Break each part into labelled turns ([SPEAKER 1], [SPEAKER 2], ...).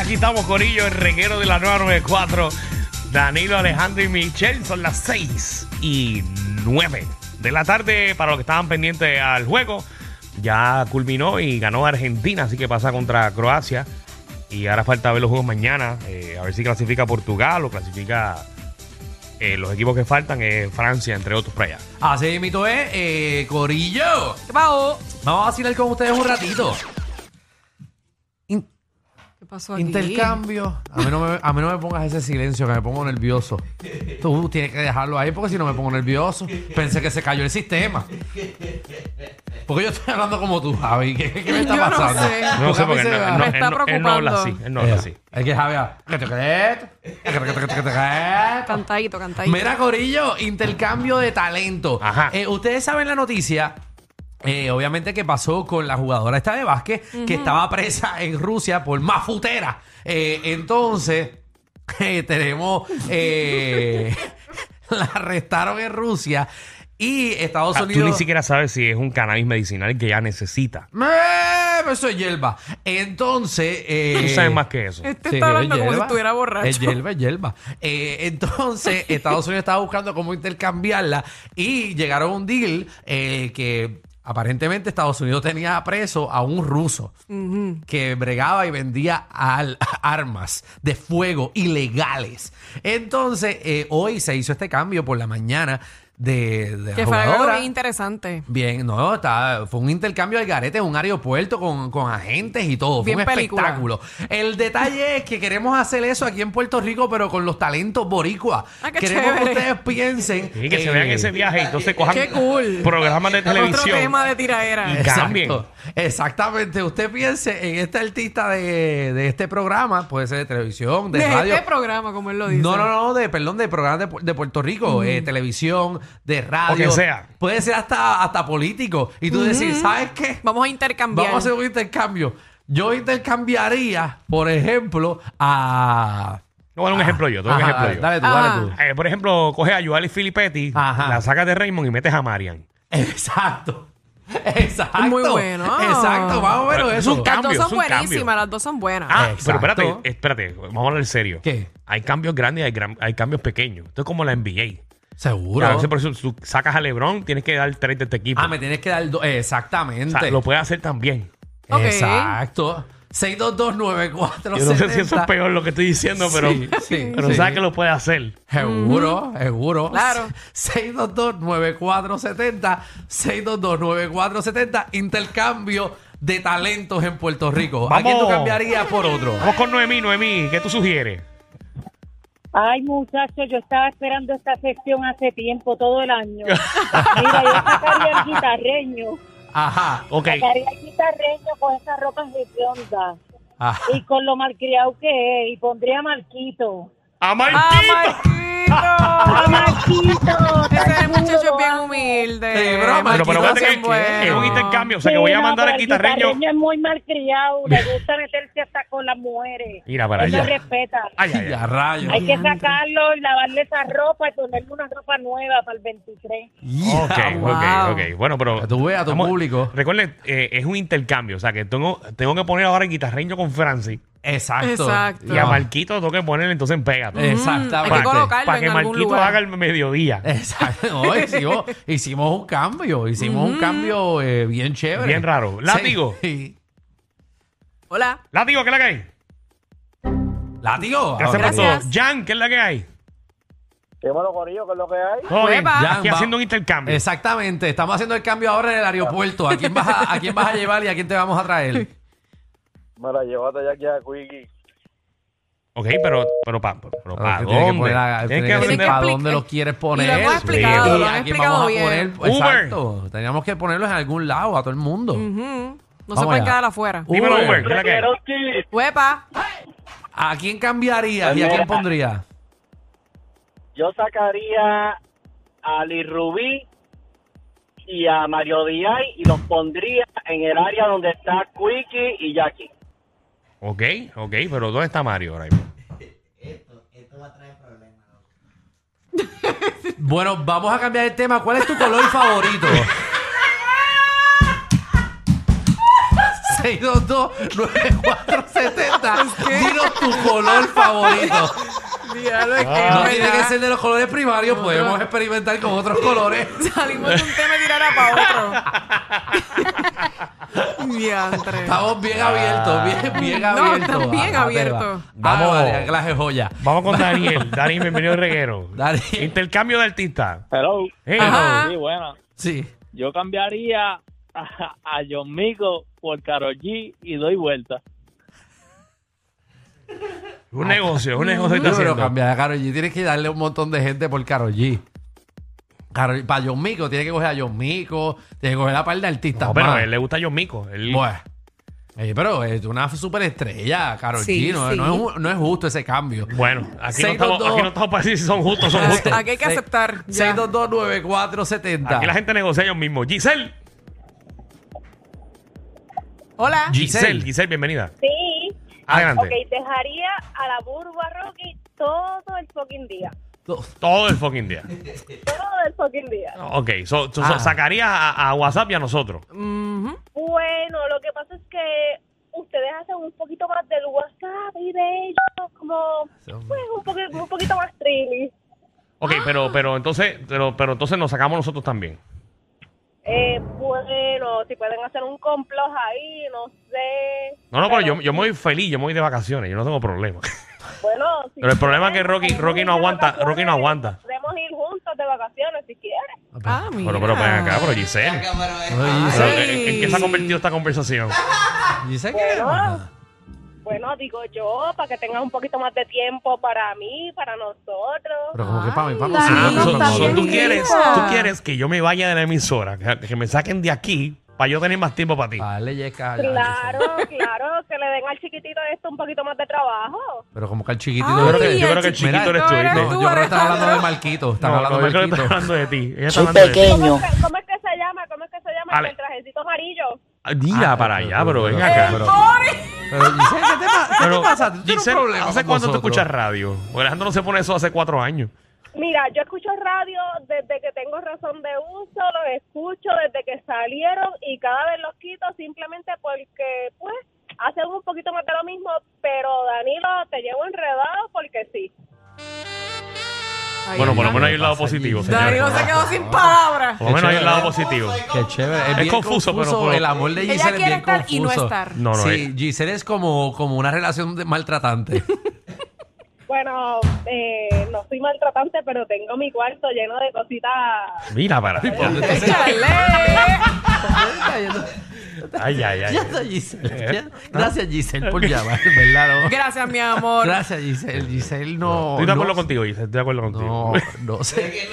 [SPEAKER 1] aquí estamos, Corillo, el reguero de la 994. Danilo, Alejandro y Michelle son las 6 y 9 de la tarde para los que estaban pendientes al juego. Ya culminó y ganó Argentina, así que pasa contra Croacia. Y ahora falta ver los juegos mañana, eh, a ver si clasifica Portugal o clasifica eh, los equipos que faltan, eh, Francia, entre otros, para allá.
[SPEAKER 2] Así mito es, eh, Corillo. ¿Qué pasó? Vamos a vacilar con ustedes un ratito.
[SPEAKER 3] In-
[SPEAKER 4] ¿Qué pasó aquí?
[SPEAKER 2] Intercambio. A mí, no me, a mí no me pongas ese silencio que me pongo nervioso. Tú tienes que dejarlo ahí porque si no me pongo nervioso. Pensé que se cayó el sistema. Porque yo estoy hablando como tú, Javi. ¿Qué, qué me está
[SPEAKER 4] Yo no
[SPEAKER 2] pasando?
[SPEAKER 4] sé.
[SPEAKER 2] Porque
[SPEAKER 1] No sé
[SPEAKER 2] a mí
[SPEAKER 1] por qué
[SPEAKER 2] se
[SPEAKER 1] él no,
[SPEAKER 2] va.
[SPEAKER 1] él no-
[SPEAKER 4] Me está
[SPEAKER 1] él no- él no habla así.
[SPEAKER 4] preocupando.
[SPEAKER 1] Él no habla así.
[SPEAKER 2] Es que Javi, ah, que te crees, que te- que te- que te- que te crees.
[SPEAKER 4] Cantadito, cantadito.
[SPEAKER 2] Mira, Corillo, intercambio de talento.
[SPEAKER 1] Ajá.
[SPEAKER 2] Eh, Ustedes saben la noticia. eh, obviamente que pasó con la jugadora esta de básquet que estaba presa en Rusia por mafutera. Eh, entonces, eh, tenemos eh, la arrestaron en Rusia y Estados
[SPEAKER 1] Ah,
[SPEAKER 2] Unidos.
[SPEAKER 1] Tú ni siquiera sabes si es un cannabis medicinal que ya necesita.
[SPEAKER 2] ¡Me! Pero ¡Eh! Eso es hierba. Entonces. eh,
[SPEAKER 1] Tú sabes más que eso.
[SPEAKER 4] Este
[SPEAKER 2] Sí,
[SPEAKER 4] está hablando
[SPEAKER 2] es
[SPEAKER 4] como si
[SPEAKER 2] hierba.
[SPEAKER 4] estuviera borracho.
[SPEAKER 2] Es hierba, es hierba. Eh, entonces, Estados Unidos estaba buscando cómo intercambiarla y llegaron a un deal eh, que aparentemente Estados Unidos tenía preso a un ruso que bregaba y vendía al- armas de fuego ilegales. Entonces, eh, hoy se hizo este cambio por la mañana de, de la
[SPEAKER 4] que fue algo
[SPEAKER 2] jugadora.
[SPEAKER 4] bien interesante.
[SPEAKER 2] Bien, no, está, fue un intercambio al garete en un aeropuerto con, con agentes y todo.
[SPEAKER 4] Bien
[SPEAKER 2] fue un
[SPEAKER 4] película.
[SPEAKER 2] espectáculo. El detalle es que queremos hacer eso aquí en Puerto Rico, pero con los talentos boricuas.
[SPEAKER 4] Ah, qué
[SPEAKER 2] queremos que
[SPEAKER 4] chévere.
[SPEAKER 2] ustedes piensen.
[SPEAKER 1] Y que se
[SPEAKER 2] eh,
[SPEAKER 1] vean ese viaje y entonces cojan
[SPEAKER 4] Qué cool.
[SPEAKER 1] programas de
[SPEAKER 4] Otro
[SPEAKER 1] televisión.
[SPEAKER 4] tema de tiraera.
[SPEAKER 2] Eh,
[SPEAKER 1] Y- cambien.
[SPEAKER 2] Exacto. Exactamente. Usted piense en este artista de, de este programa, puede ser de televisión, de,
[SPEAKER 4] De
[SPEAKER 2] radio.
[SPEAKER 4] este programa, como él lo dice.
[SPEAKER 2] No, no, no, de, perdón, de programas de, Pu- de Puerto Rico, eh, televisión, de radio.
[SPEAKER 1] O que sea.
[SPEAKER 2] Puede ser hasta, hasta político. Y tú decir, ¿sabes qué?
[SPEAKER 4] Vamos a intercambiar.
[SPEAKER 2] Vamos a hacer un intercambio. Yo intercambiaría, por ejemplo, a.
[SPEAKER 1] No, bueno, un ejemplo yo, tengo un
[SPEAKER 2] Ajá,
[SPEAKER 1] ejemplo yo.
[SPEAKER 2] Dale tú,
[SPEAKER 4] Ajá.
[SPEAKER 2] dale tú.
[SPEAKER 1] Eh, por ejemplo, coges a Joali Filippetti,
[SPEAKER 2] Ajá.
[SPEAKER 1] la sacas de Raymond y metes a Marian.
[SPEAKER 2] Exacto. Exacto.
[SPEAKER 4] Muy bueno.
[SPEAKER 2] Exacto, más o menos
[SPEAKER 1] Pero es
[SPEAKER 2] eso.
[SPEAKER 1] un
[SPEAKER 4] las
[SPEAKER 1] cambio,
[SPEAKER 4] dos
[SPEAKER 1] es
[SPEAKER 4] son
[SPEAKER 1] un
[SPEAKER 4] buenísimas,
[SPEAKER 1] cambio.
[SPEAKER 4] las dos son buenas.
[SPEAKER 1] Ah,
[SPEAKER 2] Exacto.
[SPEAKER 1] pero espérate, espérate, vamos a hablar en serio.
[SPEAKER 2] ¿Qué?
[SPEAKER 1] Hay cambios grandes y hay, gran- hay cambios pequeños. Esto es como la NBA.
[SPEAKER 2] Seguro.
[SPEAKER 1] A veces por eso tú sacas a LeBron, tienes que dar tres de este equipo.
[SPEAKER 2] Ah, me tienes que dar dos.
[SPEAKER 1] O
[SPEAKER 2] Exactamente.
[SPEAKER 1] sea, lo puedes hacer también.
[SPEAKER 4] Ok.
[SPEAKER 2] Exacto. 6229470.
[SPEAKER 1] Yo no sé si eso es peor lo que estoy diciendo, pero,
[SPEAKER 2] Sí, sí,
[SPEAKER 1] pero
[SPEAKER 2] sí.
[SPEAKER 1] sabes que lo puedes hacer.
[SPEAKER 2] Seguro, seguro.
[SPEAKER 4] Claro.
[SPEAKER 2] 622-9470, 622-9470, intercambio de talentos en Puerto Rico. ¿A quién tú
[SPEAKER 1] Vamos.
[SPEAKER 2] cambiarías por otro?
[SPEAKER 1] Vamos con Noemí, Noemí, ¿qué tú sugieres?
[SPEAKER 5] Ay, muchachos, yo estaba esperando esta sección hace tiempo, todo el año. Mira, yo sacaría al guitarreño,
[SPEAKER 2] Ajá.
[SPEAKER 1] Ok.
[SPEAKER 5] sacaría al guitarreño con esas ropas redondas
[SPEAKER 2] ajá.
[SPEAKER 5] y con lo malcriado que es, y pondría a Marquito.
[SPEAKER 1] ¡A
[SPEAKER 4] ¡Ah,
[SPEAKER 1] Marquito!
[SPEAKER 5] ¡A
[SPEAKER 4] Marquito!
[SPEAKER 5] Marquito!
[SPEAKER 4] Ese
[SPEAKER 5] tan
[SPEAKER 4] muchacho es
[SPEAKER 5] chulo,
[SPEAKER 4] bien
[SPEAKER 5] amo.
[SPEAKER 4] humilde.
[SPEAKER 2] Sí, bro, pero-
[SPEAKER 1] Pero, pero
[SPEAKER 4] Marquito
[SPEAKER 2] Marquito
[SPEAKER 1] espérate
[SPEAKER 4] es
[SPEAKER 1] que
[SPEAKER 4] bien bueno.
[SPEAKER 1] es un intercambio. O sea, que voy a
[SPEAKER 5] Sí, no,
[SPEAKER 1] mandar
[SPEAKER 5] pero
[SPEAKER 1] al
[SPEAKER 5] el
[SPEAKER 1] guitarreño.
[SPEAKER 5] es muy malcriado, le gusta meterse hasta con las mujeres.
[SPEAKER 1] Mira para
[SPEAKER 5] Él no
[SPEAKER 1] allá.
[SPEAKER 5] respeta.
[SPEAKER 1] Ay, ay,
[SPEAKER 2] Ya,
[SPEAKER 1] ay.
[SPEAKER 2] rayos.
[SPEAKER 5] Hay que sacarlo y lavarle esa ropa y ponerle una ropa nueva para el 23.
[SPEAKER 2] Ya,
[SPEAKER 1] Ok,
[SPEAKER 2] guau.
[SPEAKER 1] ok, ok. Bueno, pero.
[SPEAKER 2] Para tú veas a tu
[SPEAKER 1] Vamos-
[SPEAKER 2] público.
[SPEAKER 1] Recuerden, eh, es un intercambio. O sea, que tengo, tengo que poner ahora el guitarreño con Francis.
[SPEAKER 2] Exacto.
[SPEAKER 4] Exacto.
[SPEAKER 1] Y a
[SPEAKER 2] No.
[SPEAKER 1] Marquito tengo que ponerle entonces en pega.
[SPEAKER 2] Exactamente.
[SPEAKER 4] hay
[SPEAKER 1] Para
[SPEAKER 4] que colocarlo
[SPEAKER 1] para
[SPEAKER 4] en
[SPEAKER 1] que
[SPEAKER 4] algún
[SPEAKER 1] Marquito
[SPEAKER 4] lugar.
[SPEAKER 1] haga el mediodía.
[SPEAKER 2] Eh. Exacto. No, hicimos, hicimos un cambio. Hicimos un cambio eh, bien chévere.
[SPEAKER 1] Bien raro. Látigo.
[SPEAKER 2] Sí.
[SPEAKER 4] Hola.
[SPEAKER 1] Látigo, ¿qué es la que hay?
[SPEAKER 2] Ah, Látigo.
[SPEAKER 1] Gracias, por
[SPEAKER 4] Gracias.
[SPEAKER 1] todo. Jan, ¿qué es la que hay?
[SPEAKER 6] Llévalo, Corillo, que es lo que hay.
[SPEAKER 1] Todo bien.
[SPEAKER 4] Uepa.
[SPEAKER 1] Aquí
[SPEAKER 2] Jan, Pues, va-
[SPEAKER 1] haciendo un intercambio.
[SPEAKER 2] Exactamente, estamos haciendo el cambio ahora en el aeropuerto. ¿A quién vas a, a quién vas a llevar y a quién te vamos a traer?
[SPEAKER 6] Me la llevaste ya aquí a Quiggy.
[SPEAKER 1] Ok, pero, pero para pero
[SPEAKER 2] Ah,
[SPEAKER 1] pa
[SPEAKER 2] que tiene que
[SPEAKER 1] dónde?
[SPEAKER 2] poner a-
[SPEAKER 1] Tienes
[SPEAKER 2] tiene
[SPEAKER 1] que
[SPEAKER 2] que
[SPEAKER 1] aprender.
[SPEAKER 2] ¿Para
[SPEAKER 4] explicar-
[SPEAKER 2] dónde los quieres poner?
[SPEAKER 4] Y lo hemos
[SPEAKER 2] Sí.
[SPEAKER 4] explicado,
[SPEAKER 2] Y
[SPEAKER 4] lo
[SPEAKER 2] a
[SPEAKER 4] hemos
[SPEAKER 2] quién vamos
[SPEAKER 4] explicado
[SPEAKER 2] a
[SPEAKER 4] bien. Mm.
[SPEAKER 2] poner.
[SPEAKER 1] Uber.
[SPEAKER 2] Exacto. Teníamos que ponerlos en algún lado, a todo el mundo.
[SPEAKER 4] Ujú. No
[SPEAKER 2] Vamos
[SPEAKER 4] se pueden
[SPEAKER 2] allá.
[SPEAKER 4] quedar afuera.
[SPEAKER 1] Dímelo, Uber, ¿qué es la que hay?
[SPEAKER 4] ¡Huepa!
[SPEAKER 2] ¿A quién cambiarías y a
[SPEAKER 6] Mira.
[SPEAKER 2] quién pondrías?
[SPEAKER 6] Yo sacaría a Lee Rubí y a Mario Díaz y los pondría en el área donde está Quiggy y Jackie.
[SPEAKER 1] Ok, ok, pero ¿dónde está Mario ahora mismo?
[SPEAKER 2] Bueno, vamos a cambiar el tema. ¿Cuál es tu color favorito? 622-9470. Dinos tu color favorito.
[SPEAKER 4] Diablo, es que
[SPEAKER 2] Ah. No
[SPEAKER 4] es
[SPEAKER 2] tiene que
[SPEAKER 4] verdad.
[SPEAKER 2] ser de los colores primarios, podemos experimentar con otros colores.
[SPEAKER 4] Salimos de un tema y tirara para otro. Diantre.
[SPEAKER 2] Estamos bien abiertos, bien, bien
[SPEAKER 4] Ah. No,
[SPEAKER 2] abiertos.
[SPEAKER 4] están bien
[SPEAKER 2] Ah,
[SPEAKER 4] abiertos.
[SPEAKER 2] te va.
[SPEAKER 1] Vamos.
[SPEAKER 2] Ah, María Claje Joya.
[SPEAKER 1] Vamos con Daniel. Daniel, bienvenido al reguero.
[SPEAKER 2] Daniel.
[SPEAKER 1] Intercambio de artistas.
[SPEAKER 6] Hello.
[SPEAKER 1] Hello.
[SPEAKER 4] Ajá.
[SPEAKER 6] Sí, bueno.
[SPEAKER 2] Sí.
[SPEAKER 6] Yo cambiaría a, a John Mico por Karol G y doy vuelta.
[SPEAKER 1] Un negocio, un negocio está
[SPEAKER 2] Yo pero
[SPEAKER 1] haciendo.
[SPEAKER 2] cambiar a Karol G. Tienes que darle un montón de gente por Karol G. Karol, para John Mico, tiene que coger a John Mico, tiene que coger a par de artistas.
[SPEAKER 1] No, pero
[SPEAKER 2] más.
[SPEAKER 1] a él le gusta a John Mico. Él-
[SPEAKER 2] Bueno. Eh, pero es una superestrella, Karol
[SPEAKER 4] Sí,
[SPEAKER 2] G. No,
[SPEAKER 4] sí.
[SPEAKER 2] no es, ju- no es justo ese cambio.
[SPEAKER 1] Bueno, aquí no,
[SPEAKER 2] Seis,
[SPEAKER 1] estamos,
[SPEAKER 2] dos, dos.
[SPEAKER 1] aquí no estamos para decir si son justos o son
[SPEAKER 4] Ah,
[SPEAKER 1] justos.
[SPEAKER 4] Aquí hay que aceptar, ya.
[SPEAKER 2] 6229470.
[SPEAKER 1] Aquí la gente negocia ellos mismos. Giselle.
[SPEAKER 4] Hola.
[SPEAKER 2] Giselle.
[SPEAKER 1] Giselle, Giselle, bienvenida.
[SPEAKER 5] Sí.
[SPEAKER 1] Adelante.
[SPEAKER 5] Ok, dejaría a la burba Rocky todo el fucking día.
[SPEAKER 1] Todo el fucking día.
[SPEAKER 5] Todo el fucking día.
[SPEAKER 1] Ok, so, so- so-
[SPEAKER 2] Ah.
[SPEAKER 1] sacarías a, a WhatsApp y a nosotros.
[SPEAKER 4] Ujú.
[SPEAKER 5] Bueno, lo que pasa es que ustedes hacen un poquito más del WhatsApp y de ellos como pues un, poqui- un poquito más trilly.
[SPEAKER 1] Ok,
[SPEAKER 4] Ah.
[SPEAKER 1] pero, pero entonces, pero, pero entonces nos sacamos nosotros también.
[SPEAKER 5] Eh, bueno, si pueden hacer un complot ahí, no sé.
[SPEAKER 1] No, no, pero yo, yo me voy feliz, yo me voy de vacaciones, yo no tengo problema.
[SPEAKER 5] Bueno, si
[SPEAKER 1] Pero el problema es que
[SPEAKER 5] quieren,
[SPEAKER 1] Rocky-
[SPEAKER 5] podemos
[SPEAKER 1] Rocky
[SPEAKER 5] ir
[SPEAKER 1] no
[SPEAKER 5] de
[SPEAKER 1] aguanta,
[SPEAKER 5] vacaciones,
[SPEAKER 1] Rocky no aguanta.
[SPEAKER 5] Podemos ir juntos de vacaciones si quieres.
[SPEAKER 4] Ah, mira.
[SPEAKER 1] Pero, pero ven acá, pues. pero Giselle.
[SPEAKER 2] Oye,
[SPEAKER 1] Pero,
[SPEAKER 2] Giselle,
[SPEAKER 1] ¿en, en qué se ha convertido esta conversación?
[SPEAKER 2] Giselle, ¿qué?
[SPEAKER 5] Bueno,
[SPEAKER 4] ah.
[SPEAKER 5] bueno, digo yo, para que tengas un poquito más de tiempo para mí, para nosotros.
[SPEAKER 2] Pero como que para mí, para
[SPEAKER 4] Ay,
[SPEAKER 2] nosotros,
[SPEAKER 1] Ah,
[SPEAKER 4] no,
[SPEAKER 1] so-
[SPEAKER 2] para
[SPEAKER 4] está
[SPEAKER 1] so
[SPEAKER 2] nosotros.
[SPEAKER 4] bien
[SPEAKER 1] tú, quieres,
[SPEAKER 4] linda.
[SPEAKER 1] tú quieres que yo me vaya de la emisora, que, que me saquen de aquí para yo tener más tiempo para ti.
[SPEAKER 2] Dale, Yeka, ya,
[SPEAKER 5] Claro,
[SPEAKER 2] Giselle.
[SPEAKER 5] claro, que le den al chiquitito esto un poquito más de trabajo.
[SPEAKER 2] Pero como que el chiquitito. este
[SPEAKER 4] Ay,
[SPEAKER 1] yo creo que, yo
[SPEAKER 4] el
[SPEAKER 1] creo que el
[SPEAKER 4] chiquito
[SPEAKER 1] chiquito eres tú.
[SPEAKER 4] eres
[SPEAKER 1] ¿viste?
[SPEAKER 2] No,
[SPEAKER 4] tú,
[SPEAKER 2] yo creo que están
[SPEAKER 4] Alejandro.
[SPEAKER 2] hablando de Marquito. Están
[SPEAKER 1] No,
[SPEAKER 2] hablando
[SPEAKER 1] no, yo
[SPEAKER 2] de
[SPEAKER 1] creo que
[SPEAKER 2] Marquito.
[SPEAKER 1] estás hablando de ti. Ella está
[SPEAKER 7] Soy
[SPEAKER 1] hablando de ti.
[SPEAKER 7] pequeño.
[SPEAKER 5] ¿Cómo es que- ¿Cómo es que se llama? ¿Cómo es que se llama?
[SPEAKER 1] Ale-
[SPEAKER 5] El trajecito amarillo.
[SPEAKER 1] Ay, Mira
[SPEAKER 2] Ah,
[SPEAKER 1] para
[SPEAKER 2] pero-
[SPEAKER 1] allá, pero
[SPEAKER 2] pero-
[SPEAKER 1] ven
[SPEAKER 2] pero-
[SPEAKER 1] acá.
[SPEAKER 2] pero-
[SPEAKER 4] Ori.
[SPEAKER 2] Pero, Giselle, ¿qué te, pa- qué
[SPEAKER 1] Pero,
[SPEAKER 2] te pasa? ¿Tú tienes un
[SPEAKER 1] Giselle,
[SPEAKER 2] problema
[SPEAKER 1] ¿Hace
[SPEAKER 2] con
[SPEAKER 1] cuánto tú
[SPEAKER 2] nosotros?
[SPEAKER 1] escuchas radio? Porque Alejandro no se pone eso hace cuatro años.
[SPEAKER 5] Mira, yo escucho radio desde que tengo razón de uso, los escucho desde que salieron y cada vez los quito simplemente porque, pues, hacen un poquito más de lo mismo, pero Danilo, te llevo enredado porque sí.
[SPEAKER 4] Ay, Ah.
[SPEAKER 1] Bueno, por lo
[SPEAKER 4] Alejandro.
[SPEAKER 1] menos hay un lado
[SPEAKER 2] pasa
[SPEAKER 1] positivo,
[SPEAKER 2] allí?
[SPEAKER 1] señores.
[SPEAKER 4] Danilo se quedó sin palabras.
[SPEAKER 1] Por lo menos hay un
[SPEAKER 2] Qué
[SPEAKER 1] lado
[SPEAKER 2] chévere.
[SPEAKER 1] positivo.
[SPEAKER 2] Qué chévere. Es,
[SPEAKER 1] Es
[SPEAKER 2] bien
[SPEAKER 1] confuso,
[SPEAKER 2] confuso,
[SPEAKER 1] pero- pero-
[SPEAKER 2] El amor de
[SPEAKER 4] Ella
[SPEAKER 2] Giselle es
[SPEAKER 4] quiere
[SPEAKER 2] bien
[SPEAKER 4] estar
[SPEAKER 2] confuso.
[SPEAKER 4] y no estar.
[SPEAKER 1] No, no
[SPEAKER 2] sí, Giselle es como, como una relación de- maltratante.
[SPEAKER 5] Bueno, eh, no soy maltratante, pero tengo mi cuarto lleno de cositas.
[SPEAKER 1] es. Mira para allá.
[SPEAKER 4] Échale.
[SPEAKER 1] Ay, ay, ay.
[SPEAKER 2] Ya está
[SPEAKER 1] Eh.
[SPEAKER 2] Giselle. Ya- Gracias Giselle por llamar, en ¿verdad? No?
[SPEAKER 4] Gracias, mi amor.
[SPEAKER 2] Gracias Giselle. Giselle no...
[SPEAKER 1] Estoy de acuerdo
[SPEAKER 2] no-
[SPEAKER 1] contigo, Giselle. Estoy de acuerdo
[SPEAKER 2] No,
[SPEAKER 1] contigo.
[SPEAKER 2] no sé.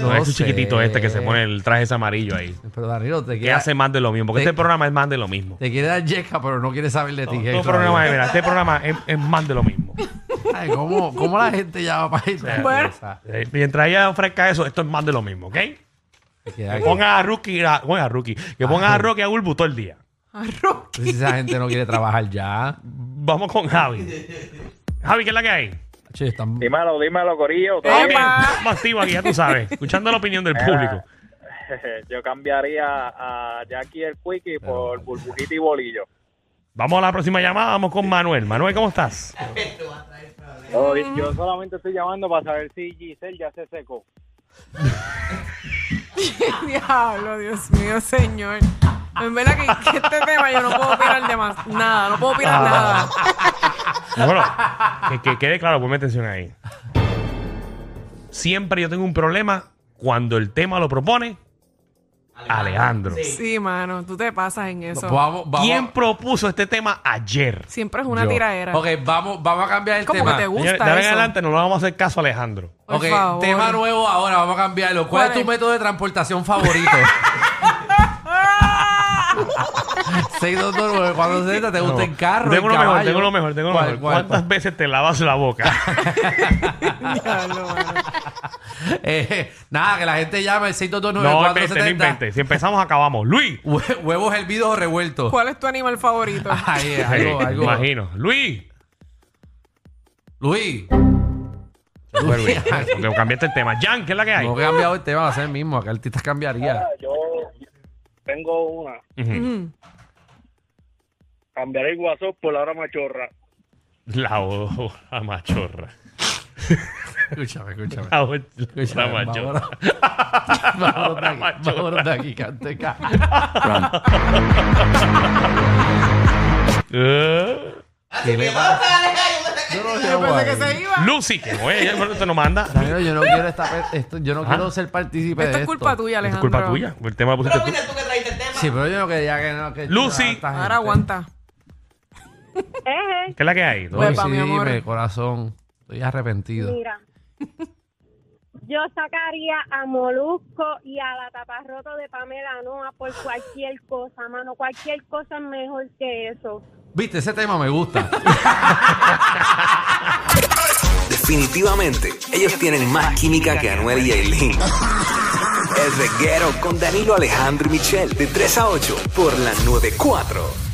[SPEAKER 1] No, es
[SPEAKER 2] sé.
[SPEAKER 1] chiquitito este que se pone el traje ese amarillo ahí.
[SPEAKER 2] Pero Danilo, te
[SPEAKER 1] Que
[SPEAKER 2] quiere,
[SPEAKER 1] hace más de lo mismo. Porque
[SPEAKER 2] de-
[SPEAKER 1] este programa es más de lo mismo.
[SPEAKER 2] te quiere dar yeca, pero no quiere saber de ti.
[SPEAKER 1] Este
[SPEAKER 2] que
[SPEAKER 1] programa, es- mira, este programa es, es más de lo mismo.
[SPEAKER 2] Ay, ¿cómo, ¿Cómo la gente llama para irse?
[SPEAKER 4] Bueno.
[SPEAKER 1] Eh, Mientras ella ofrezca eso, esto es más de lo mismo, ¿ok? Que ponga a Rookie, a, bueno, a Rookie, que ponga a Rocky y a Bulbu todo el día.
[SPEAKER 4] Arroz.
[SPEAKER 2] Si esa gente no quiere trabajar ya.
[SPEAKER 1] Vamos con Javi. Javi, ¿qué es la que hay?
[SPEAKER 2] Che, están...
[SPEAKER 7] Dímelo, dímelo, Corillo. ¿todo
[SPEAKER 4] Epa.
[SPEAKER 7] bien?
[SPEAKER 1] Estamos activos aquí, ya tú sabes. Escuchando la opinión del público.
[SPEAKER 7] Yo cambiaría a Jackie el Quickie por Burbujita y Bolillo.
[SPEAKER 1] Vamos a la próxima llamada, vamos con Manuel. Manuel, ¿cómo estás?
[SPEAKER 7] Yo solamente estoy llamando para saber si Giselle ya se secó.
[SPEAKER 4] Diablo, Dios mío, señor. En verdad que, que este tema yo no puedo opinar de más. Nada, no puedo opinar nada.
[SPEAKER 1] Bueno, que, que quede claro, ponme atención ahí. Siempre yo tengo un problema cuando el tema lo propone Alejandro.
[SPEAKER 4] Sí, mano, tú te pasas en eso.
[SPEAKER 2] Vamos, vamos.
[SPEAKER 1] ¿Quién propuso este tema ayer?
[SPEAKER 4] Siempre es una
[SPEAKER 2] Yo.
[SPEAKER 4] tiraera.
[SPEAKER 2] Ok, vamos, vamos a cambiar el
[SPEAKER 4] Como
[SPEAKER 2] tema.
[SPEAKER 4] que te gusta
[SPEAKER 1] Señores, de ahora en
[SPEAKER 4] eso.
[SPEAKER 1] adelante no le vamos a hacer caso a Alejandro.
[SPEAKER 4] Por
[SPEAKER 2] Ok,
[SPEAKER 4] favor.
[SPEAKER 2] tema nuevo ahora, vamos a cambiarlo. ¿Cuál,
[SPEAKER 4] ¿Cuál
[SPEAKER 2] es tu
[SPEAKER 4] es?
[SPEAKER 2] método de transportación favorito? 622 470 ¿te gusta en carro?
[SPEAKER 1] Tengo
[SPEAKER 2] en
[SPEAKER 1] lo mejor,
[SPEAKER 2] caballo?
[SPEAKER 1] tengo lo mejor, tengo lo
[SPEAKER 2] ¿Cuál,
[SPEAKER 1] mejor.
[SPEAKER 2] cuál,
[SPEAKER 1] ¿Cuántas veces te lavas la boca?
[SPEAKER 4] Diablo, mano.
[SPEAKER 2] cuál? Eh, nada, que la gente llame el
[SPEAKER 1] no inventes, no
[SPEAKER 2] 6229470.
[SPEAKER 1] inventes. Si empezamos, acabamos. Luis.
[SPEAKER 2] Hue- Huevos hervidos o revueltos.
[SPEAKER 4] ¿Cuál es tu animal favorito?
[SPEAKER 2] Ay, eh,
[SPEAKER 1] Sí,
[SPEAKER 2] algo,
[SPEAKER 1] me
[SPEAKER 2] algo.
[SPEAKER 1] Imagino. Luis.
[SPEAKER 2] Luis,
[SPEAKER 1] Se fue Luis. Porque cambiaste el este tema. Jan, ¿qué es la que hay?
[SPEAKER 2] no he cambiado el tema, va a ser el mismo. Acá el artista cambiaría.
[SPEAKER 6] Yo tengo una.
[SPEAKER 1] Ujú.
[SPEAKER 4] Mm.
[SPEAKER 6] Cambiaré el guasón por la hora machorra.
[SPEAKER 1] La hora machorra.
[SPEAKER 2] Escúchame, escúchame.
[SPEAKER 1] La hora
[SPEAKER 2] Escúchame,
[SPEAKER 1] machorra.
[SPEAKER 2] vámonos. Vámonos de
[SPEAKER 1] Ahora
[SPEAKER 2] aquí,
[SPEAKER 1] machorra.
[SPEAKER 2] vámonos de aquí, canteca.
[SPEAKER 1] Eh.
[SPEAKER 2] ¿Qué le pasa? Yo no sé,
[SPEAKER 4] Yo pensé que
[SPEAKER 2] guay.
[SPEAKER 4] se iba.
[SPEAKER 1] Lucy, que oye, ella pero te nos manda.
[SPEAKER 2] Danilo, yo no quiero esta- esto- yo no
[SPEAKER 1] Ah.
[SPEAKER 2] quiero ser partícipe de
[SPEAKER 4] Esto
[SPEAKER 2] esto.
[SPEAKER 4] es culpa tuya,
[SPEAKER 1] Es
[SPEAKER 4] Alejandro.
[SPEAKER 1] culpa tuya. El tema lo pusiste tú.
[SPEAKER 2] Sí, pero yo no quería que no. Que
[SPEAKER 1] Lucy.
[SPEAKER 2] a esta gente.
[SPEAKER 4] Ahora aguanta.
[SPEAKER 5] Ejé.
[SPEAKER 1] ¿Qué es la que hay?
[SPEAKER 2] Lucy,
[SPEAKER 4] Pepa, mi amor.
[SPEAKER 2] dime, corazón. Estoy arrepentido.
[SPEAKER 5] Mira, yo sacaría a Molusco y a la taparroto de Pamela Noa por cualquier cosa, mano. Cualquier cosa es mejor que eso.
[SPEAKER 2] Viste, ese tema me gusta.
[SPEAKER 8] Definitivamente, ellos tienen más química que Anuel y Aileen. El reguero con Danilo Alejandro y Michel, de 3 a 8, por la 94.